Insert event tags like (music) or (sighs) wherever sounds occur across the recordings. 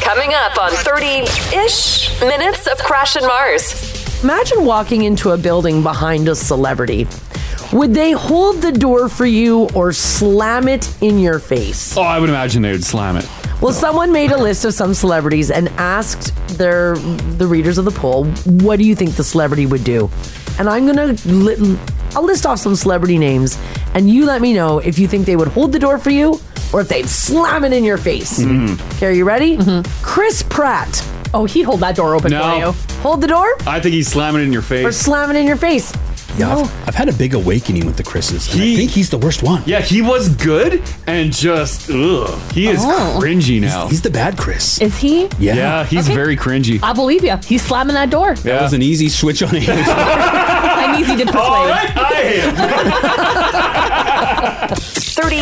Coming up on 30 ish minutes of Crash and Mars. Imagine walking into a building behind a celebrity. Would they hold the door for you or slam it in your face? Oh, I would imagine they would slam it. Well, someone made a list of some celebrities and asked their the readers of the poll, "What do you think the celebrity would do?" And I'm gonna li- I'll list off some celebrity names, and you let me know if you think they would hold the door for you or if they'd slam it in your face. Okay, are you ready? Chris Pratt. Mm-hmm. Oh, he'd hold that door open No. Uh. for you. Hold the door I think he's slamming it in your or face. slam it in your face. Yeah, I've, I've had a big awakening with the Chris's. and I think he's the worst one. Yeah, he was good and just ugh. He is Oh. cringy now. He's, the bad Chris. Is he? Yeah, he's Okay. very cringy. I believe you. He's slamming that door. Yeah. an easy switch on him. (laughs) I'm (laughs) easy to persuade. All right, I am. 30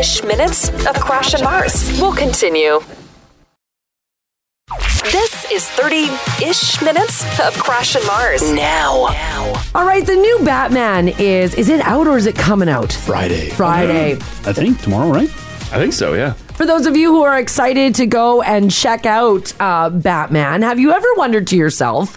ish minutes of Crash and Mars. We'll continue. This is 30 ish minutes of Crash and Mars. Now. All right, the new Batman is is it out or is it coming out? Friday. Friday. Mm-hmm. I think tomorrow, right? I think so, yeah. For those of you who are excited to go and check out uh, Batman, have you ever wondered to yourself,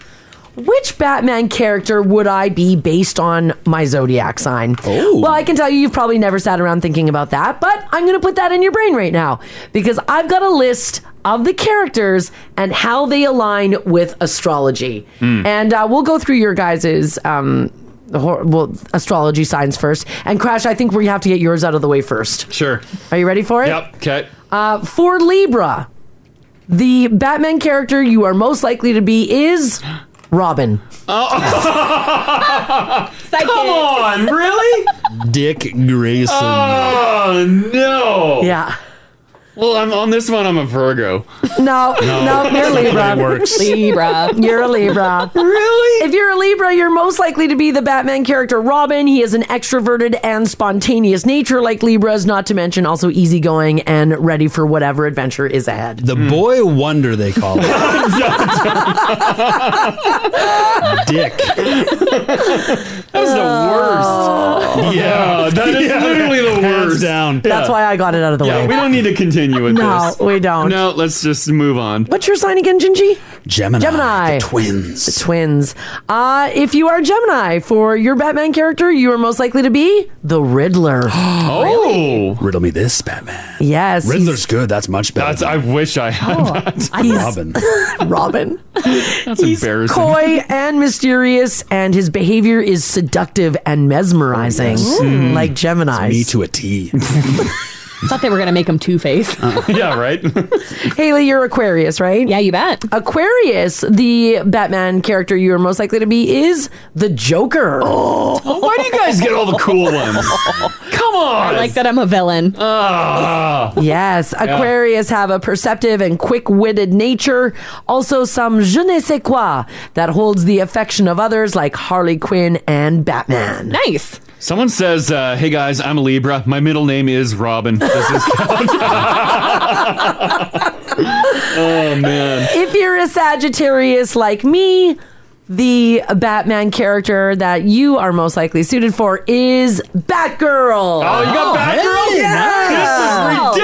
which Batman character would I be based on my zodiac sign? Oh. Well, I can tell you, you've probably never sat around thinking about that, but I'm going to put that in your brain right now because I've got a list of the characters and how they align with astrology. And uh, we'll go through your guys's. Um, hor- well, astrology signs first. And Crash, I think we have to get yours out of the way first. Sure. Are you ready for it? Yep. Okay. Uh, for Libra, the Batman character you are most likely to be is Robin. (laughs) Psychic. Oh. Come on, really? Dick Grayson. oh no. Yeah. Well, I'm on this one. I'm a Virgo. No, no, you're Libra. It works. Libra. You're a Libra. Really? (laughs) If you're a Libra, you're most likely to be the Batman character Robin. He is an extroverted and spontaneous nature like Libras, not to mention also easygoing and ready for whatever adventure is ahead. The boy wonder they call it. Dick. That's the worst. Yeah, that is literally the Hands worst. down. That's why I got it out of the Yeah, way. we don't need to continue with no, this. we don't. No, let's just move on. What's your sign again, Gingy? Gemini. Gemini. The twins. twins. Uh, if you are Gemini for your Batman character, you are most likely to be the (gasps) Riddler. Oh, Riddle me this, Batman. yes, he's- Riddler's good. That's much better. that's. I wish I had that. he's Robin. (laughs) Robin. That's embarrassing. (laughs) Coy and mysterious, and his behavior is seductive and mesmerizing, like Gemini's. Mm-hmm. Me to a (laughs) T. Thought they were gonna make him Two Face. (laughs) Uh. yeah, (laughs) right. Haley, you're Aquarius, right? yeah, you bet. Aquarius, the Batman character you are most likely to be is the Oh, Joker. Why do you guys get all the cool ones? Come on. Like that, I'm a villain. Uh. Ah. Yes, Aquarius have a perceptive and quick-witted nature. Also, some je ne sais quoi that holds the affection of others, like Harley Quinn and Batman. nice. Someone says, uh, "Hey guys, I'm a Libra. My middle name is (laughs) Robin." Does this count? oh man. If you're a Sagittarius like me, the Batman character that you are most likely suited for is Batgirl. Oh, you got bad girl. Yeah. This is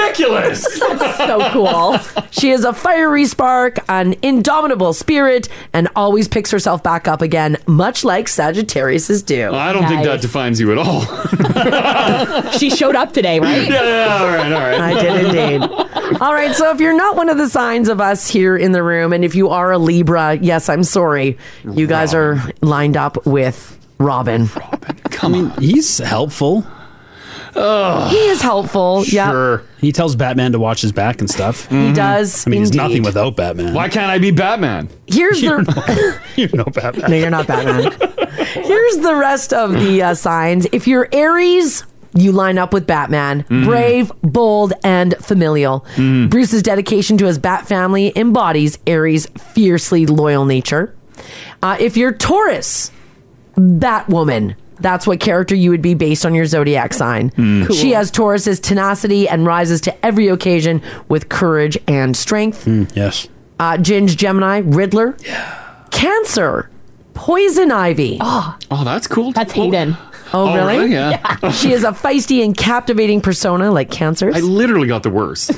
ridiculous. so cool. she is a fiery spark, an indomitable spirit, and always picks herself back up again, much like Sagittarius's do. I don't think that Nice. defines you at all. (laughs) She showed up today, right? yeah, yeah, all right, all right. I did indeed. All right, so if you're not one of the signs of us here in the room, and if you are a Libra, yes, I'm sorry. You guys are lined up with Robin. Come on. He's helpful. He is helpful. Yeah, Sure. He tells Batman to watch his back and stuff. he does. I mean, he's nothing Mm. indeed. without Batman. Why can't I be Batman? Here's the. (laughs) you know (laughs) Batman? no, you're not Batman. Here's the rest of the uh, signs. If you're Aries, you line up with Batman. Brave, bold, and familial. Bruce's dedication to his Bat family embodies Aries' fiercely loyal nature. Uh, if you're Taurus, Batwoman. That's what character you would be based on your zodiac sign. She has Taurus's tenacity and rises to every occasion with courage and strength Mm, Yes. uh, Ginge, Gemini, Riddler, Cancer, Poison Ivy. Oh, Oh, that's cool. That's Hayden. Oh, really? (laughs) really? (laughs) Yeah. She is a feisty and captivating persona like Cancer's. I literally got the worst.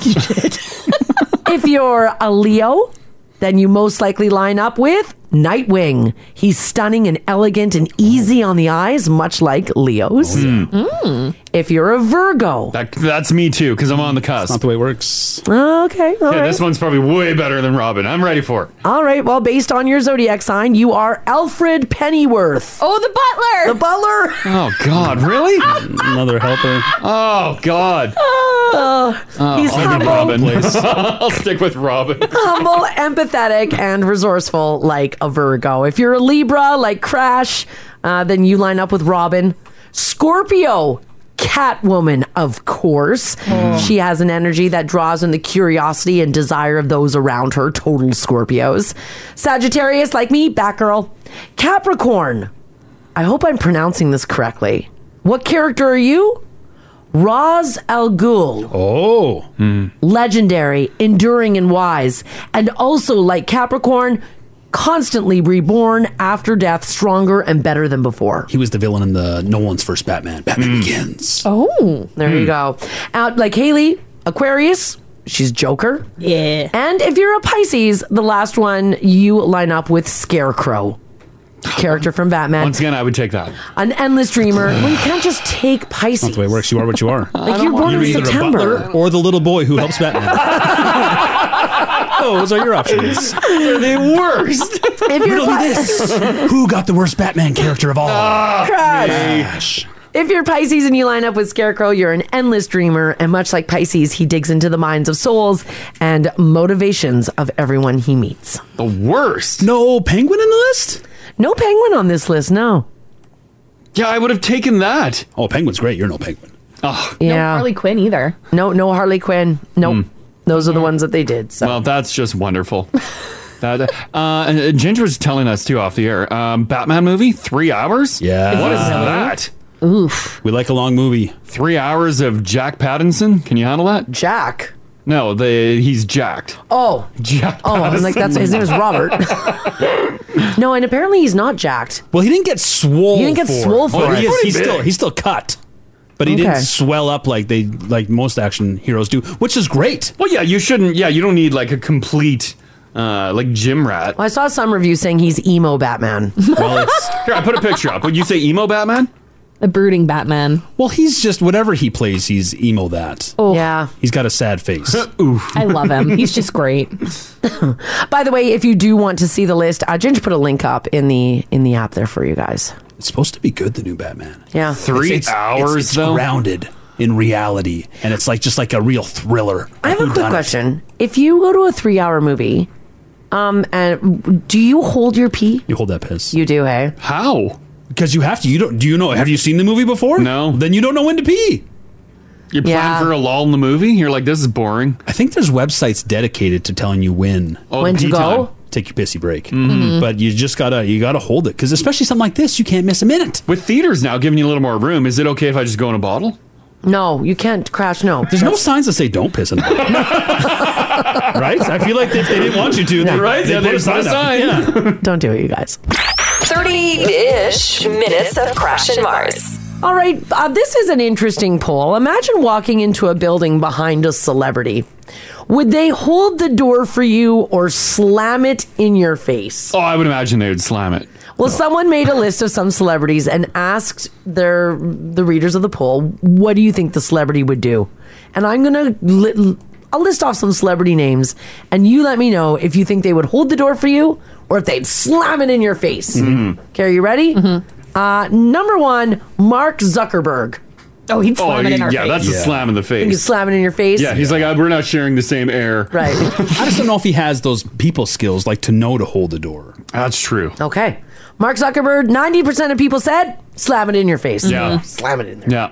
if you're a Leo, then you most likely line up with Nightwing. He's stunning and elegant and easy on the eyes, much like Leo's. Mm. If you're a Virgo, That, that's me too, because I'm on the cusp. not the way it works. okay, all yeah, right. this one's probably way better than Robin. I'm ready for it. All right. Well, based on your zodiac sign, you are Alfred Pennyworth. Oh, the butler. The butler. Oh God, really? Another helper. Oh God. Oh, he's I'll humble. do Robin. (laughs) I'll stick with Robin. humble, (laughs) empathetic, and resourceful like a Virgo. If you're a Libra like Crash, uh, then you line up with Robin. Scorpio, Catwoman, of course. Mm. She has an energy that draws on the curiosity and desire of those around her, total Scorpios. Sagittarius, like me, Batgirl. Capricorn, I hope I'm pronouncing this correctly. What character are you? Raz Al Ghul. Oh. Legendary, enduring, and wise. And also, like Capricorn, constantly reborn after death, stronger and better than before. He was the villain in the Nolan's first Batman. Batman Begins. Oh. There you Hmm. go. Out like Haley, Aquarius. She's Joker. Yeah. And if you're a Pisces, the last one, you line up with Scarecrow, character from Batman. Once again, I would take that. An endless (sighs) dreamer. Well, you can't just take Pisces. That's the way it works. You are what you are. Like you're born You're in either a September. butler (laughs) or the little boy who helps (laughs) Batman. Oh, Those are your options. They're the worst. If you're Riddle me Pi- this. (laughs) Ah. Who got the worst Batman character of all? Crash. Crash. If you're Pisces and you line up with Scarecrow, you're an endless dreamer. And much like Pisces, he digs into the minds of souls and motivations of everyone he meets. The worst. No penguin in the list? No penguin on this list, no. Yeah, I would have taken that. Oh, Penguin's great. You're no Penguin. No Harley Quinn either. No, no Harley Quinn. Nope. Those are the ones that they did. So. Well, that's just wonderful. that uh, uh, Ginger was telling us too off the air. Um, Batman movie, three hours. Yeah, what is Really? that? Oof. We like a long movie. Three hours of Jack Pattinson. Can you handle that? Jack. No, the he's jacked. Oh. Jack. Oh, I'm like, that's his name is Robert. no, and apparently he's not jacked. Well, he didn't get swole. He didn't get for it. swole for Well, he it. is- he's still he's still cut, but he Okay. didn't swell up like they like most action heroes do, which (laughs) is great. Well, yeah, you shouldn't. Yeah, you don't need like a complete uh, like gym rat. I saw some review saying he's emo (laughs) Batman. Well, it's, here, I put a picture up. Would you say emo Batman? The brooding Batman. Well, he's just whatever he plays, he's emo that. Oh. Yeah. He's got a sad (laughs) face. I (laughs) love him. He's just great. By the way, if you do want to see the list, uh, Ginger put a link up in the in the app there for you guys. It's supposed to be good, the new Batman. Yeah. Three hours it's, it's though? grounded in reality, and it's like just like a real thriller. I have a quick question. If you go to a three hour movie, um, and do you hold your pee? You hold that piss. You do, hey? How? Because you have to. You don't. Do you know? Have you seen the movie before? No. Then you don't know when to pee. You're playing for a lull in the movie. You're like, this is boring. I think there's websites dedicated to telling you when Oh, When to pee go? time. Take your pissy break, Mhm. but you just gotta you gotta hold it because especially something like this, you can't miss a minute. With theaters now giving you a little more room, is it okay if I just go in a bottle? No, you can't crash. No, there's no signs that say don't piss in a bottle. (laughs) right? I feel like if they didn't want you to, they, Right? They Yeah, put they a put a sign. sign. Up. Yeah. Don't do it, you guys. 30-ish minutes of Crash and Mars. All right, uh, this is an interesting poll. Imagine walking into a building behind a celebrity. Would they hold the door for you or slam it in your face? Oh, I would imagine they would slam it. Well, someone made a list of some celebrities and asked their the readers of the poll, "What do you think the celebrity would do?" And I'm gonna li- I'll list off some celebrity names, and you let me know if you think they would hold the door for you or if they'd slam it in your face. Mm-hmm. Mhm. Okay, are you ready? Uh, number one, Mark Zuckerberg. Oh, he'd Oh, yeah, that's a slam in the You face. can slam it in your face. Yeah, he's like, "Uh, we're not sharing the same air. Right. (laughs) I just don't know if he has those people skills, like to know to hold the door. That's true. Okay. Mark Zuckerberg, 90% of people said, slam it in your face. Yeah. Slam it in there. Yeah.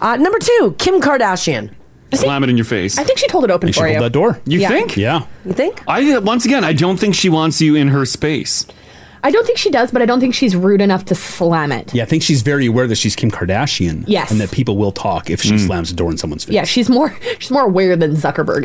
Uh, number two, Kim Kardashian. Slam it in your face. I think she'd hold it open They should for you. hold that door. You Yeah. think? Yeah. You think? I uh, once again, I don't think she wants you in her space. I don't think she does, but I don't think she's rude enough to slam it. Yeah, I think she's very aware that she's Kim Kardashian. Yes. And that people will talk if she Hmm. slams a door in someone's face. Yeah, she's more (laughs) she's more aware than Zuckerberg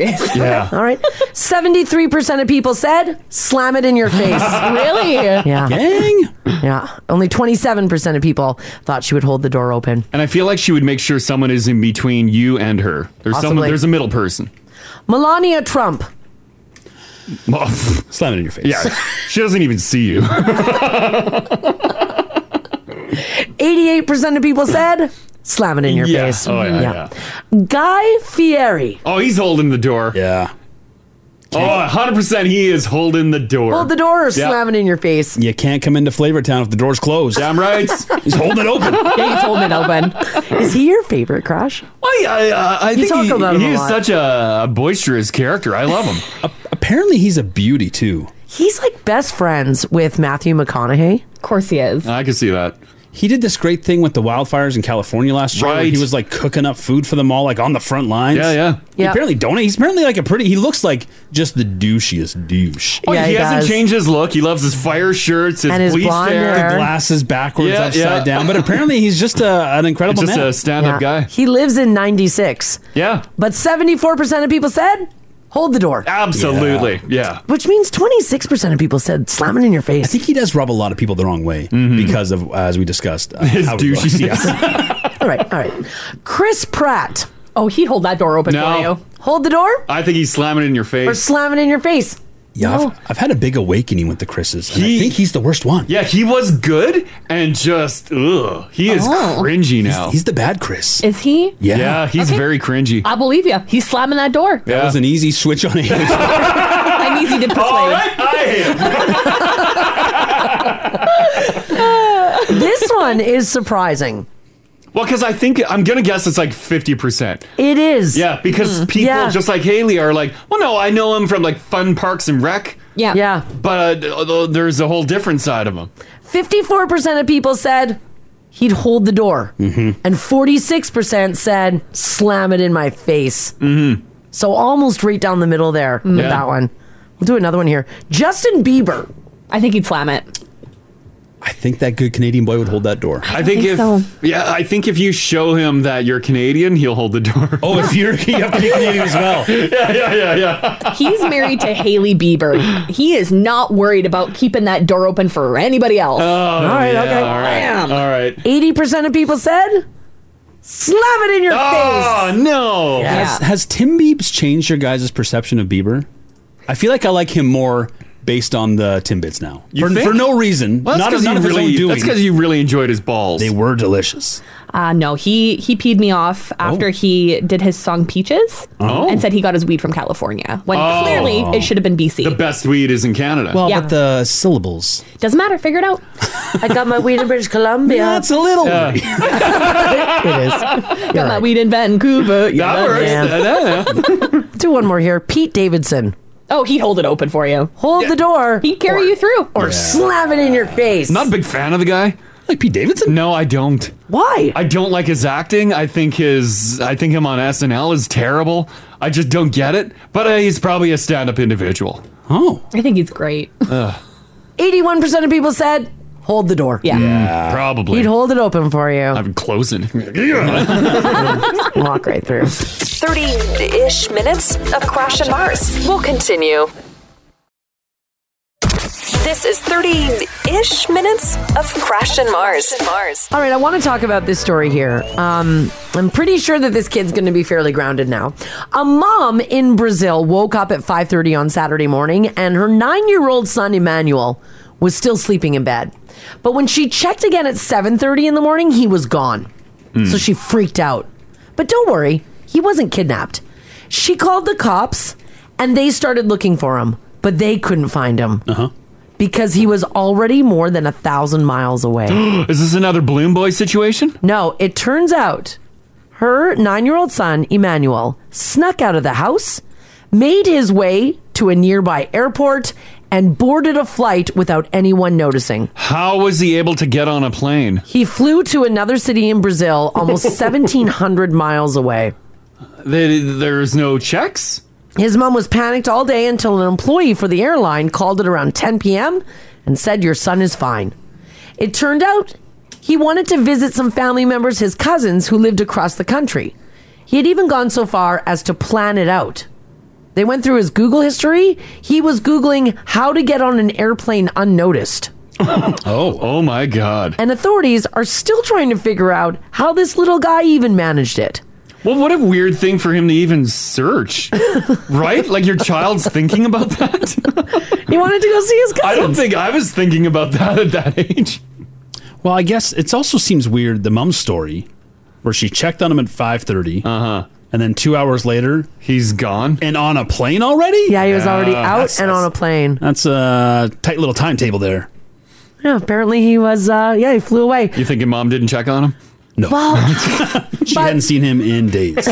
(laughs) is. Yeah. All right. 73% of people said, slam it in your face. Really? Yeah. Dang. Yeah. Only 27% of people thought she would hold the door open. And I feel like she would make sure someone is in between you and her. There's someone. Possibly. (laughs) There's a middle person. Melania Trump. Slam it in your face. Yeah. She doesn't even see you. (laughs) 88% of people said slam it in your Yeah. face. Oh, yeah, Guy Fieri. Oh, he's holding the door. Yeah. Oh, 100% he is holding the door. Hold the door or Yeah. slam it in your face. You can't come into Flavor Town if the door's closed. (laughs) Damn right. He's holding (laughs) it open. Yeah, he's holding it open. Is he your favorite crush? I, I, I- I You think talk he, about him he a is lot. such a boisterous character. (laughs) I love him. Apparently, he's a beauty too. He's like best friends with Matthew McConaughey. Of course he is. I can see that. He did this great thing with the wildfires in California last year. where Right. He was like cooking up food for them all, like on the front lines. Yeah, yeah. He Yeah. apparently donate. He's apparently like a pretty. He looks like just the douchiest douche. Oh, Yeah, he, he hasn't does. changed his look. He loves his fire shirts, his, And his bleached blonde hair. hair. Glasses backwards, Yeah, upside yeah. (laughs) down. But apparently, he's just a, an incredible Just man. a stand-up guy. He lives in 96. Yeah, But 74% of people said hold the door, absolutely. Yeah. which means 26% of people said slam it in your (laughs) I face. think he does rub a lot of people the wrong way because of, as we discussed, uh, Mm-hmm. His how he looks. (laughs) douchiness. All right, all right. Chris Pratt. Oh, he'd hold that door open No. for you. Hold the door I think he's slamming it in your or face. slam it in your face. Yeah, I've, I've had a big awakening with the Chris's. And He- I think he's the worst one. Yeah, he was good and just ugh, he is Oh. cringy now. He's the bad Chris. Is he? yeah. yeah, he's Okay. very cringy. I believe you. He's slamming (laughs) that door. That was an easy switch on him. I'm easy to persuade. All right, I am. (laughs) This one is surprising. Well, because I think I'm gonna guess it's like fifty percent. It is. Yeah, because people Yeah. just like Haley are like, well, no, I know him from like Fun Parks and Rec, Yeah. Yeah. but uh, although there's a whole different side of him. 54% of people said he'd hold the door. Mm-hmm. And 46% said slam it in my face. Mm-hmm. So almost right down the middle there with Mm-hmm. Yeah. that one. We'll do another one here. Justin Bieber. I think he'd slam it. I think that good Canadian boy would hold that door. I think, think if so. yeah, I think if you show him that you're Canadian, he'll hold the door. Oh, if you're, you have to be Canadian as well. yeah, (laughs) yeah, yeah, yeah. He's married to Haley Bieber. He is not worried about keeping that door open for anybody else. all right, okay. Oh, All right, Bam. all right. 80% of people said slam it in your face. Oh no! yeah. Has Tim Biebs changed your guys' perception of Bieber? I feel like I like him more based on the Timbits now. You for, think? for no reason. Well, that's not of- because not you of his own really. doing. That's because you really enjoyed his balls. they were delicious. Uh, no, he he peed me off after he did his song Peaches Oh. and said he got his weed from California when Oh. clearly it should have been BC. the best weed is in Canada. Well, Yeah. but the syllables. Doesn't matter. Figure it out. I got my weed in British Columbia. That's a (laughs) little. You're Got my right. weed in Vancouver. Yeah, that works. yeah. Yeah, yeah. Do one more here. Pete Davidson. Oh, he'd hold it open for you. Hold the door. He'd carry you through. or slam it in your face. Not a big fan of the guy. like Pete Davidson. No, I don't. Why? I don't like his acting. I think his I think him on SNL is terrible. I just don't get it. But uh, he's probably a stand-up individual. Oh, I think he's great. 81% of people said hold the door. Yeah. probably. He'd hold it open for you. I'm (laughs) closing. Walk right through. 30 ish minutes of Crash and Mars. We'll continue. This is 30 ish minutes of Crash and Mars. Mars. All right, I want to talk about this story here. Um, I'm pretty sure that this kid's going to be fairly grounded now. A mom in Brazil woke up at 5:30 on Saturday morning, and her nine-year-old son Emmanuel was still sleeping in bed. But when she checked again at 7:30 in the morning, he was gone. So she freaked out. But don't worry, he wasn't kidnapped. She called the cops, and they started looking for him, but they couldn't find him because he was already more than a thousand miles away. (gasps) is this another Bloom Boy situation? No, it turns out her nine year old son, Emmanuel, snuck out of the house, made his way to a nearby airport, and boarded a flight without anyone noticing. How was he able to get on a plane? He flew to another city in Brazil, almost 1,700 miles away. They, there's no checks. His mom was panicked all day until an employee for the airline called at around 10 p.m. and said, Your son is fine. It turned out he wanted to visit some family members, his cousins, who lived across the country. He had even gone so far as to plan it out. They went through his Google history. He was Googling how to get on an airplane unnoticed. Oh, oh my God! And authorities are still trying to figure out how this little guy even managed it. Well, what a weird thing for him to even search, (laughs) right? Like your child's thinking about that. he wanted to go see his I don't think I was thinking about that at that age. Well, I guess it also seems weird the mom's story, where she checked on him at five thirty, uh huh, and then two hours later he's gone and on a plane already. Yeah, he was already out and on a plane. That's a tight little timetable there. Yeah, apparently he was. Uh, yeah, he flew away. You thinking mom didn't check on him? No. Well, She hadn't seen him in days.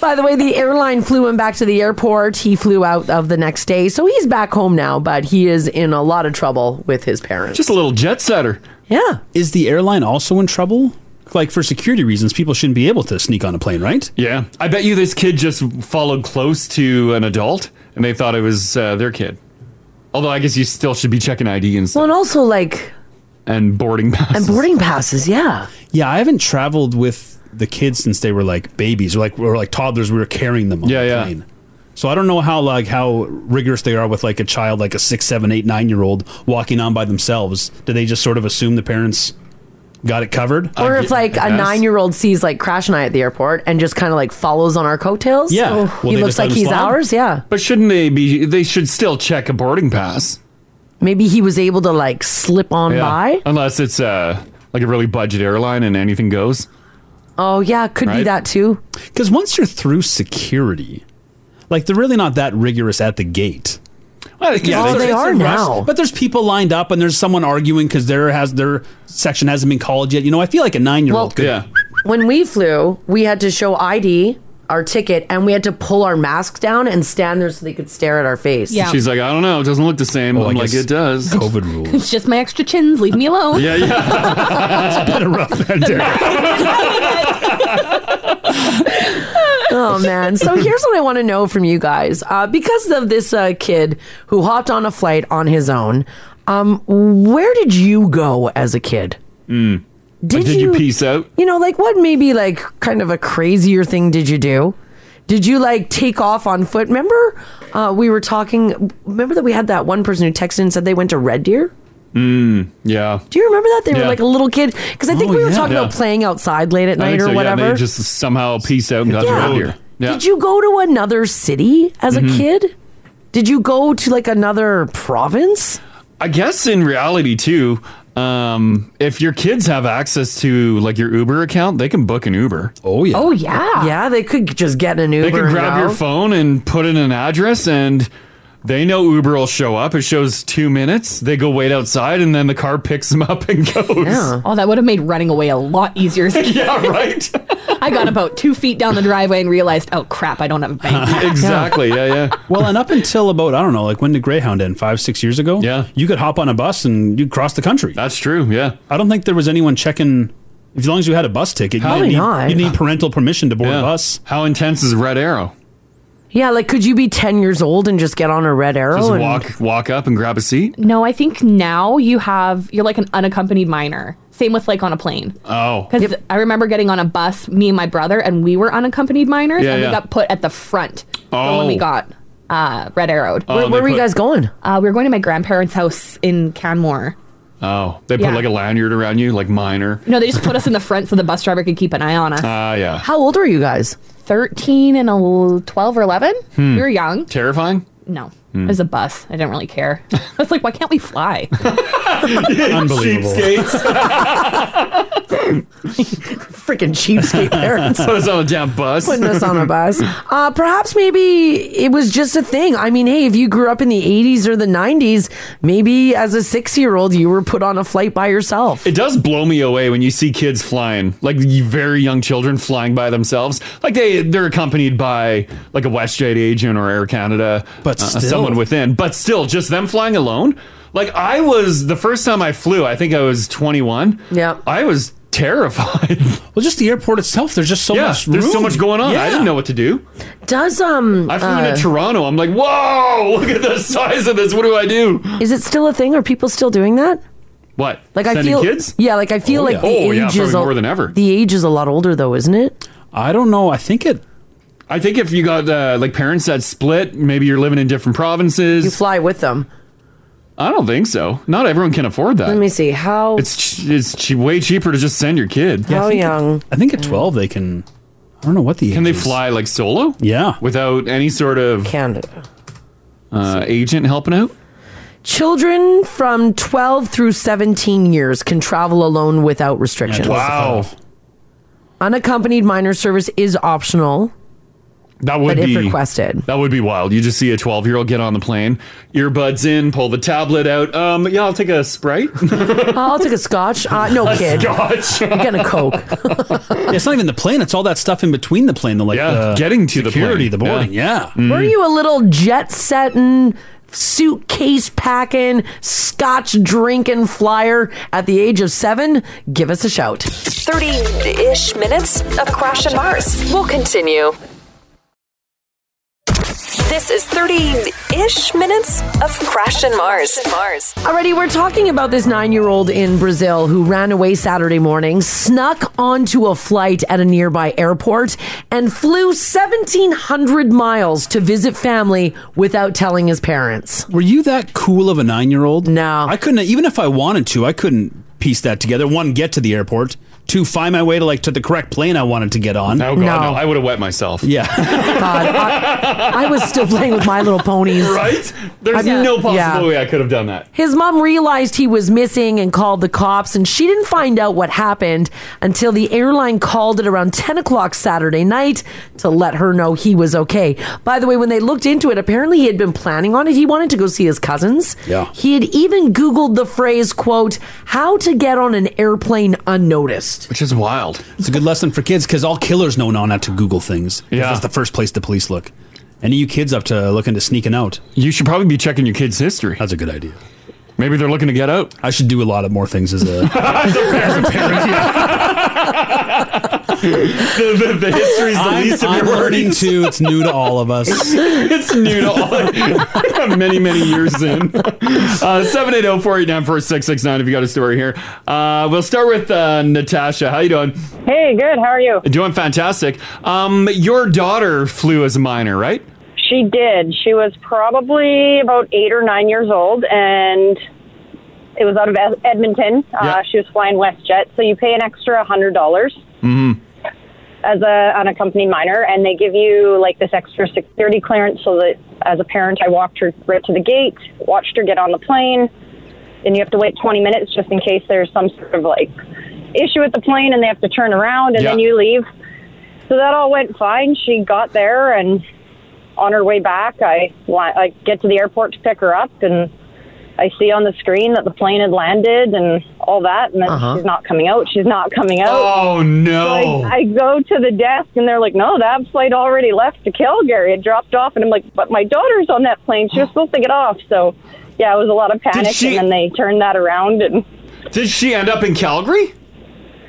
by the way, the airline flew him back to the airport. He flew out of the next day, so he's back home now. But he is in a lot of trouble with his parents. Just a little jet setter. Yeah. Is the airline also in trouble? Like for security reasons, people shouldn't be able to sneak on a plane, right? Yeah, I bet you this kid just followed close to an adult, and they thought it was uh, their kid. Although I guess you still should be checking ID and Well, and also like and boarding pass. and boarding passes. Yeah. Yeah, I haven't traveled with the kids since they were like babies or like or like toddlers. We were carrying them on yeah, the plane. So I don't know how like how rigorous they are with like a child like a six, seven, eight, nine year old walking on by themselves. Do they just sort of assume the parents got it covered? Or if like a nine year old sees like Crash and I at the airport and just kind of like follows on our coattails. Yeah. Oh, Will he they looks just let like him he's slide? ours. Yeah. But shouldn't they be? They should still check a boarding pass. Maybe he was able to like slip on Yeah. by. Unless it's uh, like a really budget airline and anything goes. Oh yeah, could be Right. that too. Because once you're through security, like they're really not that rigorous at the gate. Well, Oh, they are now. But there's people lined up, and there's someone arguing because their has their section hasn't been called yet. You know, I feel like a nine year old could. When we flew, we had to show ID, our ticket, and we had to pull our mask down and stand there so they could stare at our face. She's like, I don't know. It doesn't look the same. I'm like, it does. Oh, (laughs) COVID rules. (laughs) It's just my extra chins. Leave me alone. Yeah, yeah. it's been a rough oh man. So here's what I want to know from you guys, uh, because of this uh, kid who hopped on a flight on his own. Um, where did you go as a kid? Mm. Did Like, did you you- piece out? You know, like what maybe like kind of a crazier thing did you do? Did you like take off on foot? Remember, uh, we were talking. Remember that we had that one person who texted and said they went to Red Deer. Mm, yeah. Do you remember that they were Yeah. like a little kid? Because I think Oh, we were yeah. talking Yeah. about playing outside late at I night think or so, yeah, and whatever. they just somehow piece out and got Yeah. around here. Yeah. Did you go to another city as Mhm. a kid? Did you go to like another province? I guess in reality too, um, if your kids have access to like your Uber account, they can book an Uber. Oh yeah. Oh yeah. Yeah, they could just get an Uber. They can and grab go. your phone and put in an address and they know Uber will show up. It shows two minutes. They go wait outside and then the car picks them up and (laughs) goes. Oh, that would have made running away a lot (laughs) easier. yeah, right. I got about two feet down the driveway and realized, oh crap, I don't have a bank. exactly. Yeah, yeah. Well, and up until about I don't know, like when did Greyhound end? Five, six years ago. Yeah. You could hop on a bus and you'd cross the country. That's true. Yeah. I don't think there was anyone checking. As long as you had a bus ticket, you Probably didn't need, not. You need parental permission to board Yeah. (laughs) a bus. How intense is Red Arrow? Yeah, like could you be ten years old and just get on a red arrow? Just Oh, and- walk walk up and grab a seat? (laughs) No, I think now you have you're like an unaccompanied minor. Same with like on a plane. Oh. Because I remember getting on a bus, me and my brother, and we were unaccompanied minors, Yeah, and yeah. we got put at the front for when we Oh. got uh, red arrowed. Oh, Where- where they were you put- guys going? Uh, we were going to my grandparents' house in Canmore. Oh. They put Yeah. like a lanyard around you, like minor. No, they just put us in the front so the bus driver could keep an eye on us. Ah, yeah. How old are you guys? 13 and el- 12 or 11? Hmm. We were young. Terrifying? No. Hmm. It was a bus. I didn't really care. (laughs) I was like, why can't (laughs) we fly? Unbelievable. Freaking (laughs) cheapskate parents. Put us on a damn bus. Putting us on a bus. (laughs) Uh, perhaps maybe it was just a thing. I mean, hey, if you grew up in the 80s or the 90s, maybe as a six year old, you were put on a flight by yourself. It does blow me away when you see kids flying, like y- very young children flying by themselves. Like they they're accompanied by like a WestJet agent or Air Canada, but still. someone within. But still, just them flying alone. Like I was the first time I flew, I think I was 21. Yeah, I was terrified. (laughs) Well, just the airport itself. There's just so yeah, much There's so room. much going on. I Yeah. didn't know what to do. Does, um. I flew uh, into Toronto. I'm like, whoa! (laughs) Look at the size of this. What do I do? Is it still a thing? Are people still doing that? What? Like I Sending feel, kids? yeah. Like I feel Oh, like yeah. the Oh, age yeah, is probably a- more than ever. The age is a lot older though, isn't it? I don't know. I think it. I think if you got uh, like parents that split, maybe you're living in different provinces. You fly with them. I don't think so. Not everyone can afford that. Let me see how. It's ch- it's ch- way cheaper to just send your kid. How young? I think at twelve they can. I don't know what the Can they fly like solo? Yeah. Without any sort of Canada. Uh, agent helping out? Children from 12 through 17 years can travel alone without restrictions. wow. Unaccompanied minor service is optional. That would But if be requested. That would be wild. You just see a 12 year old get on the plane, earbuds in, pull the tablet out. Um, yeah, I'll take a Sprite. I'll take a scotch. Uh, no, A kid. (laughs) scotch. You're going to coke. it's not even the plane. It's all that stuff in between the plane. The like the getting to the security, plane. the boarding. Yeah. Mm. Were you a little jet setting, suitcase packing, scotch drinking flyer at the age of seven? Give us a shout. 30 ish minutes of Crash and Mars. We'll continue. This is 30 ish minutes of Crash and Mars. Mars. Alrighty, we're talking about this nine year old in Brazil who ran away Saturday morning, snuck onto a flight at a nearby airport, and flew 1,700 miles to visit family without telling his parents. Were you that cool of a nine year old? No. I couldn't, even if I wanted to, I couldn't piece that together. One, get to the airport. Two, find my way to like to the correct plane I wanted to get (laughs) on. Oh, God. No. I would have wet myself. (laughs) Yeah. I was still playing with My Little Ponies. Right? There's I've- no possible yeah. way I could have done that. His mom realized he was missing and called the cops, and she didn't find out what happened until the airline called at around 10 o'clock Saturday night to let her know he was okay. By the way, when they looked into it, apparently he had been planning on it. He wanted to go see his cousins. Yeah. He had even Googled the phrase, quote, how to get on an airplane unnoticed. Which is wild. It's a good lesson for kids because all killers know now not to Google things. Yeah. That's the first place the police look. Any of you kids up to looking to sneaking out? You should probably be checking your kid's history. That's a good idea. Maybe they're looking to get out. I should do a lot of more things as a. (laughs) the, the, the history's the I'm- least of your I'm learning worries. too. It's new to all (laughs) of us. it's new to all (laughs) many many years (laughs) in Uh, oh, 780-489-4669 if you got a story here uh, we'll start with uh, natasha how you doing Hey, good. How are you? doing fantastic um, your daughter flew as a minor right She did. She was probably about eight or nine years old, and it was out of Ed- Edmonton. Yeah. Uh, she was flying WestJet, so you pay an extra hundred dollars mm-hmm. as a unaccompanied minor, and they give you like this extra security clearance. So that as a parent, I walked her right to the gate, watched her get on the plane, and you have to wait twenty minutes just in case there's some sort of like issue with the plane, and they have to turn around, and Yeah. then you leave. So that all went fine. She got there, and on her way back, I, li- I get to the airport to pick her up, and I see on the screen that the plane had landed and all that, and then Uh-huh. she's not coming out. She's not coming out. Oh, no. So I, I go to the desk, and they're like, "No, that flight already left to Calgary. It dropped off." And I'm like, "But my daughter's on that plane. She was supposed to get off." So, yeah, it was a lot of panic, she- and then they turned that around and. did she end up in calgary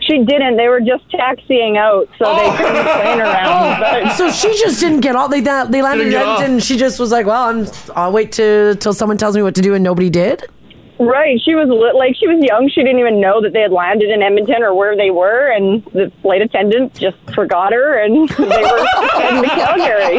She didn't. They were just taxiing out, so Oh. they turned the plane (laughs) around. But So she just didn't get all they they landed in Didn't get Edmonton, off. and she just was like, "Well, I'm I'll wait to, till someone tells me what to do," and nobody did. Right. She was li- like she was young. She didn't even know that they had landed in Edmonton or where they were, and the flight attendant just forgot her, and (laughs) they were heading to Calgary.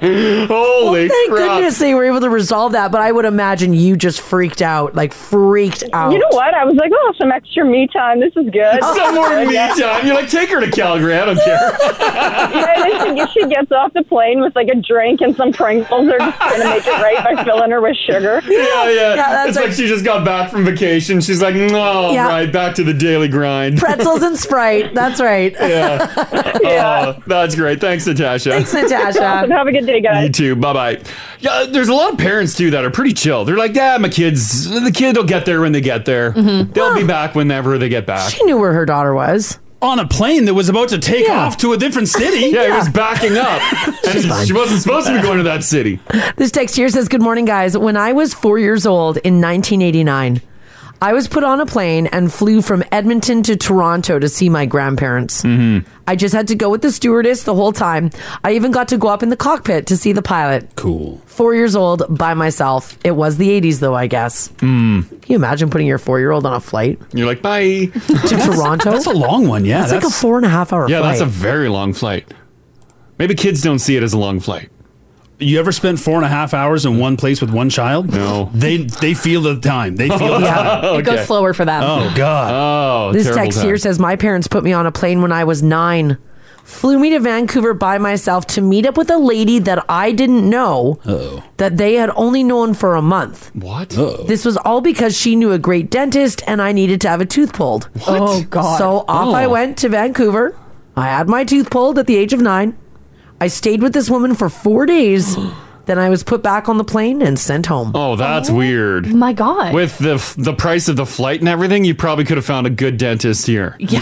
holy Thank crap goodness they were able to resolve that, but I would imagine you just freaked out, like freaked out. You know what? I was like, oh, some extra me time. This is good. some more me time you're like take her to calgary i don't care Right, (laughs) and she, get- she gets off the plane with like a drink and some Pringles. They're just trying to make it right by filling her with sugar. yeah, yeah. that's it's like she just got back from vacation. She's like, no, Yeah. right, back to the daily grind. Pretzels and Sprite. That's (laughs) right. (laughs) yeah. Oh, that's great. Thanks, Natasha. Thanks, Natasha. Awesome. Have a good day, guys. You too. Bye bye. Yeah, there's a lot of parents too that are pretty chill. They're like, "Yeah, my kids. The kid will get there when they get there. They'll be back whenever they get back." She knew where her daughter was. On a plane that was about to take Yeah. off to a different city. yeah, he was backing (laughs) up, and she wasn't supposed to be going to that city. This text here says, Good morning, guys. When I was four years old in 1989, I was put on a plane and flew from Edmonton to Toronto to see my grandparents. I just had to go with the stewardess the whole time. I even got to go up in the cockpit to see the pilot. Cool. Four years old by myself. It was the 80s, though, I guess. Mm. Can you imagine putting your four year old on a flight? You're like, "Bye." to Toronto. That's a long one. Yeah, That's, like a four and a half hour yeah, flight. that's a very long flight. Maybe kids don't see it as a long flight. You ever spent four and a half hours in one place with one child? No. They they feel the time. They feel the time. It goes slower for them. Oh (laughs) God. Oh, this text here says my parents put me on a plane when I was nine. flew me to Vancouver by myself to meet up with a lady that I didn't know Oh. that they had only known for a month. What? This was all because she knew a great dentist and I needed to have a tooth pulled. What? Oh, God. So off Oh. I went to Vancouver. I had my tooth pulled at the age of nine. I stayed with this woman for four days. then I was put back on the plane and sent home. Oh, that's weird. My God. With the f- the price of the flight and everything, you probably could have found a good dentist here. Yeah.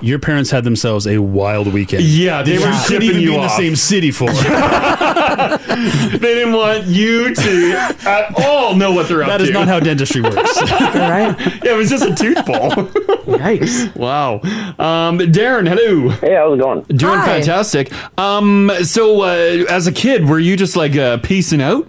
Your parents had themselves a wild weekend. Yeah, they You were shouldn't shipping even you be in the off. same city (laughs) for. they didn't want you to at all know what they're up That to. is not how dentistry works. right? (laughs) (laughs) Yeah, it was just a tooth pull. Yikes. Wow. Um, Darren, hello. Hey, how's it going? Doing Hi. fantastic. Um, so uh, as a kid, were you just like uh, piecing out?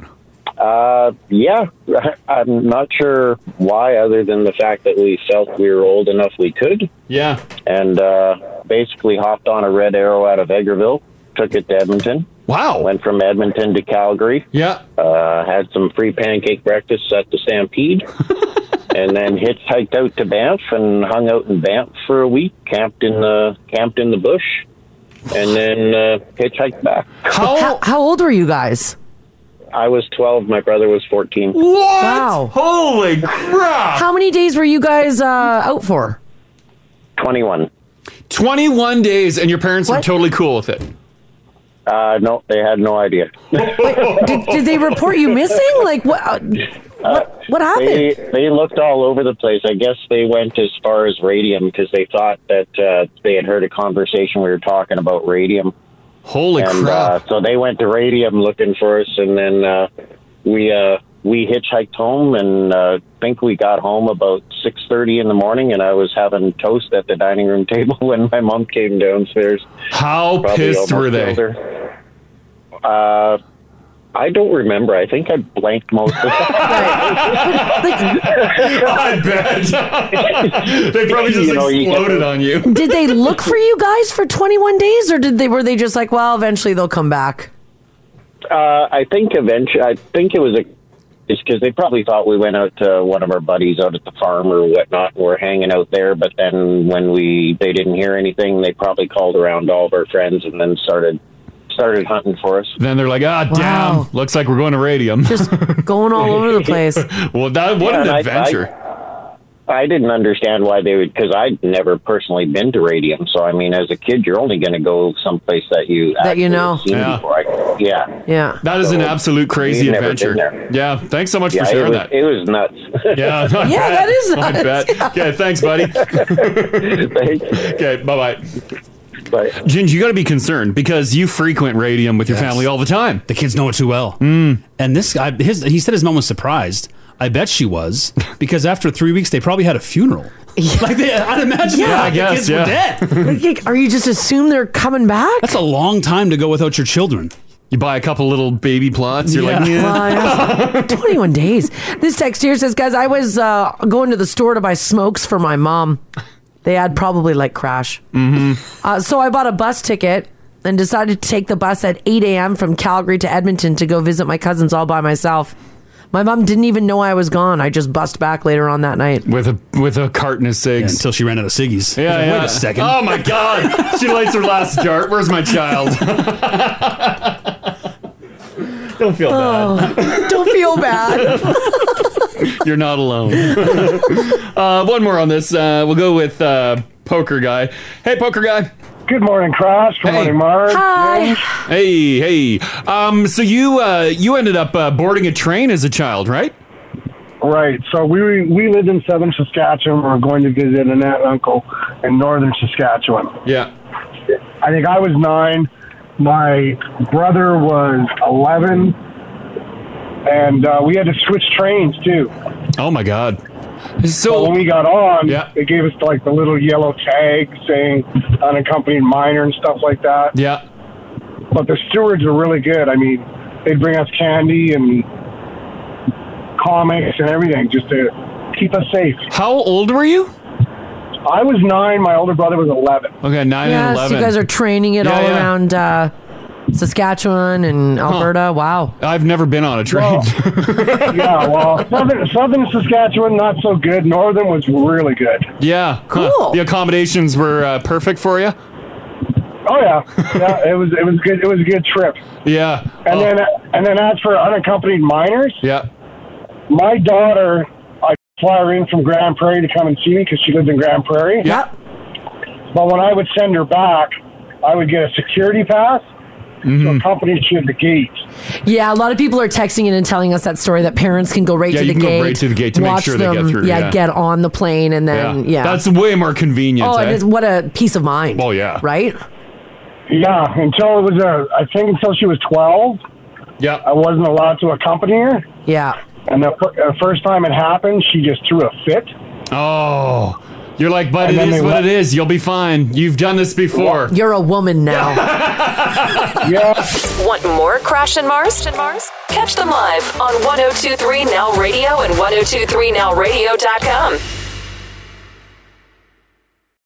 Uh, yeah, (laughs) I'm not sure why, other than the fact that we felt we were old enough we could. Yeah. And uh, basically hopped on a red arrow out of Edgarville, took it to Edmonton. Wow. Went from Edmonton to Calgary. Yeah. Uh, had some free pancake breakfasts at the (laughs) Stampede. and then hitchhiked out to Banff and hung out in Banff for a week, camped in the, camped in the bush, and then uh, hitchhiked back. How, how old were you guys? I was 12, my brother was 14. What? Wow. Holy crap. How many days were you guys uh, out for? 21. 21 days, and your parents were totally cool with it. Uh, no, they had no idea. Did, did they report you missing? Like what? uh, What, what happened? They, Hmm. they looked all over the place. I guess they went as far as radium because they thought that uh, they had heard a conversation we were talking about radium. Holy and, crap. Uh, so they went to radium looking for us, and then uh, we uh, we hitchhiked home, and uh, think we got home about six thirty in the morning. And I was having toast at the dining room (laughs) table when my mom came downstairs. How pissed were they? Uh, I don't remember. I think I blanked most (laughs) of it. (laughs) I bet. they probably just You know, you exploded get- on you. did they look for you guys for 21 days or did they were they just like well eventually they'll come back Uh, I think eventually, I think it was a, it's because they probably thought we went out to one of our buddies out at the farm or whatnot. And we're hanging out there, but then when we they didn't hear anything, they probably called around all of our friends and then started started hunting for us. Then they're like, ah, damn. Looks like we're going to radium. Just going all over the place. (laughs) well, that what Yeah, and an I- adventure. I didn't understand why they would, because I'd never personally been to Radium. So I mean, as a kid, you're only going to go someplace that you That you actually know. seen Yeah. before. I- yeah. yeah. That is an So, absolute crazy we've never been adventure. there. Yeah. Thanks so much Yeah, for it sharing was, that. It was nuts. Yeah, (laughs) I Yeah, bet. that is I nuts. bet. Okay, thanks, buddy. (laughs) Okay, bye bye. Bye. Ginge, you got to be concerned because you frequent radium with your family all the time. The kids know it too well. Mm. And this guy, his, he said his mom was surprised. I bet she was because after three weeks, they probably had a funeral. Like they, I'd imagine Yeah, yeah, I the guess, (laughs) kids yeah. were dead. Like, like, are you just assume they're coming back That's a long time to go without your children. You buy a couple little baby plots. You're like, Yeah. "Yeah." Well, (laughs) yeah. 21 days. This text here says, guys, I was uh, going to the store to buy smokes for my mom. They had probably like crash. Mm-hmm. Uh, so I bought a bus ticket and decided to take the bus at 8 a.m. from Calgary to Edmonton to go visit my cousins all by myself. My mom didn't even know I was gone. I just bust back later on that (laughs) night. with a with a carton of cigs until she ran out of ciggies. Yeah, Wait yeah. a second. Oh my god, she lights her last dart. Where's my child? (laughs) Don't feel Oh. bad. Don't feel (laughs) bad. You're not alone. (laughs) uh, one more on this. Uh, we'll go with uh, poker guy. Hey, poker guy. Good morning, Crash. Good morning, Mark. Hi. Hey, hey. Um, so you uh, you ended up uh, boarding a train as a child, right? Right. So we we lived in southern Saskatchewan. We were going to visit an aunt and uncle in northern Saskatchewan. Yeah. I think I was nine. My brother was eleven, and uh, we had to switch trains too. Oh my god. So when we got on, Yeah. they gave us like the little yellow tag saying unaccompanied minor and stuff like that. Yeah. But the stewards were really good. I mean, they'd bring us candy and comics and everything just to keep us safe. How old were you? I was nine. My older brother was eleven. Okay, nine and Yes, eleven. you guys are training it Yeah, all yeah. around uh, Saskatchewan and Alberta. Wow. I've never been on a train. (laughs) yeah, well, southern, southern Saskatchewan not so good. Northern was really good. yeah. Cool. The accommodations were uh, perfect for you. Oh yeah, yeah. It was it was good. It was a good trip. Yeah. Oh, And then and then as for unaccompanied minors, yeah. My daughter, I fly her in from Grand Prairie to come and see me because she lives in Grand Prairie. Yep. But when I would send her back, I would get a security pass. So accompanied she at the gate. Yeah, a lot of people are texting in and telling us that story that parents can go right Yeah, to you the can go gate. right to the gate to make watch sure they get them, through, Yeah, yeah. get on the plane and then yeah. That's way more convenient. oh, eh? it is what a peace of mind. Oh yeah. Right? Yeah, until it was a, I think until she was twelve. Yeah. I wasn't allowed to accompany her. Yeah. And the, fir- the first time it happened, she just threw a fit. Oh, you're like, but it And then is they what let- it is. You'll be fine. You've done this before. You're a woman (laughs) now. Want more Crash and Mars? And Mars? oh Catch them live on 1023 Now Radio and 1023nowradio.com.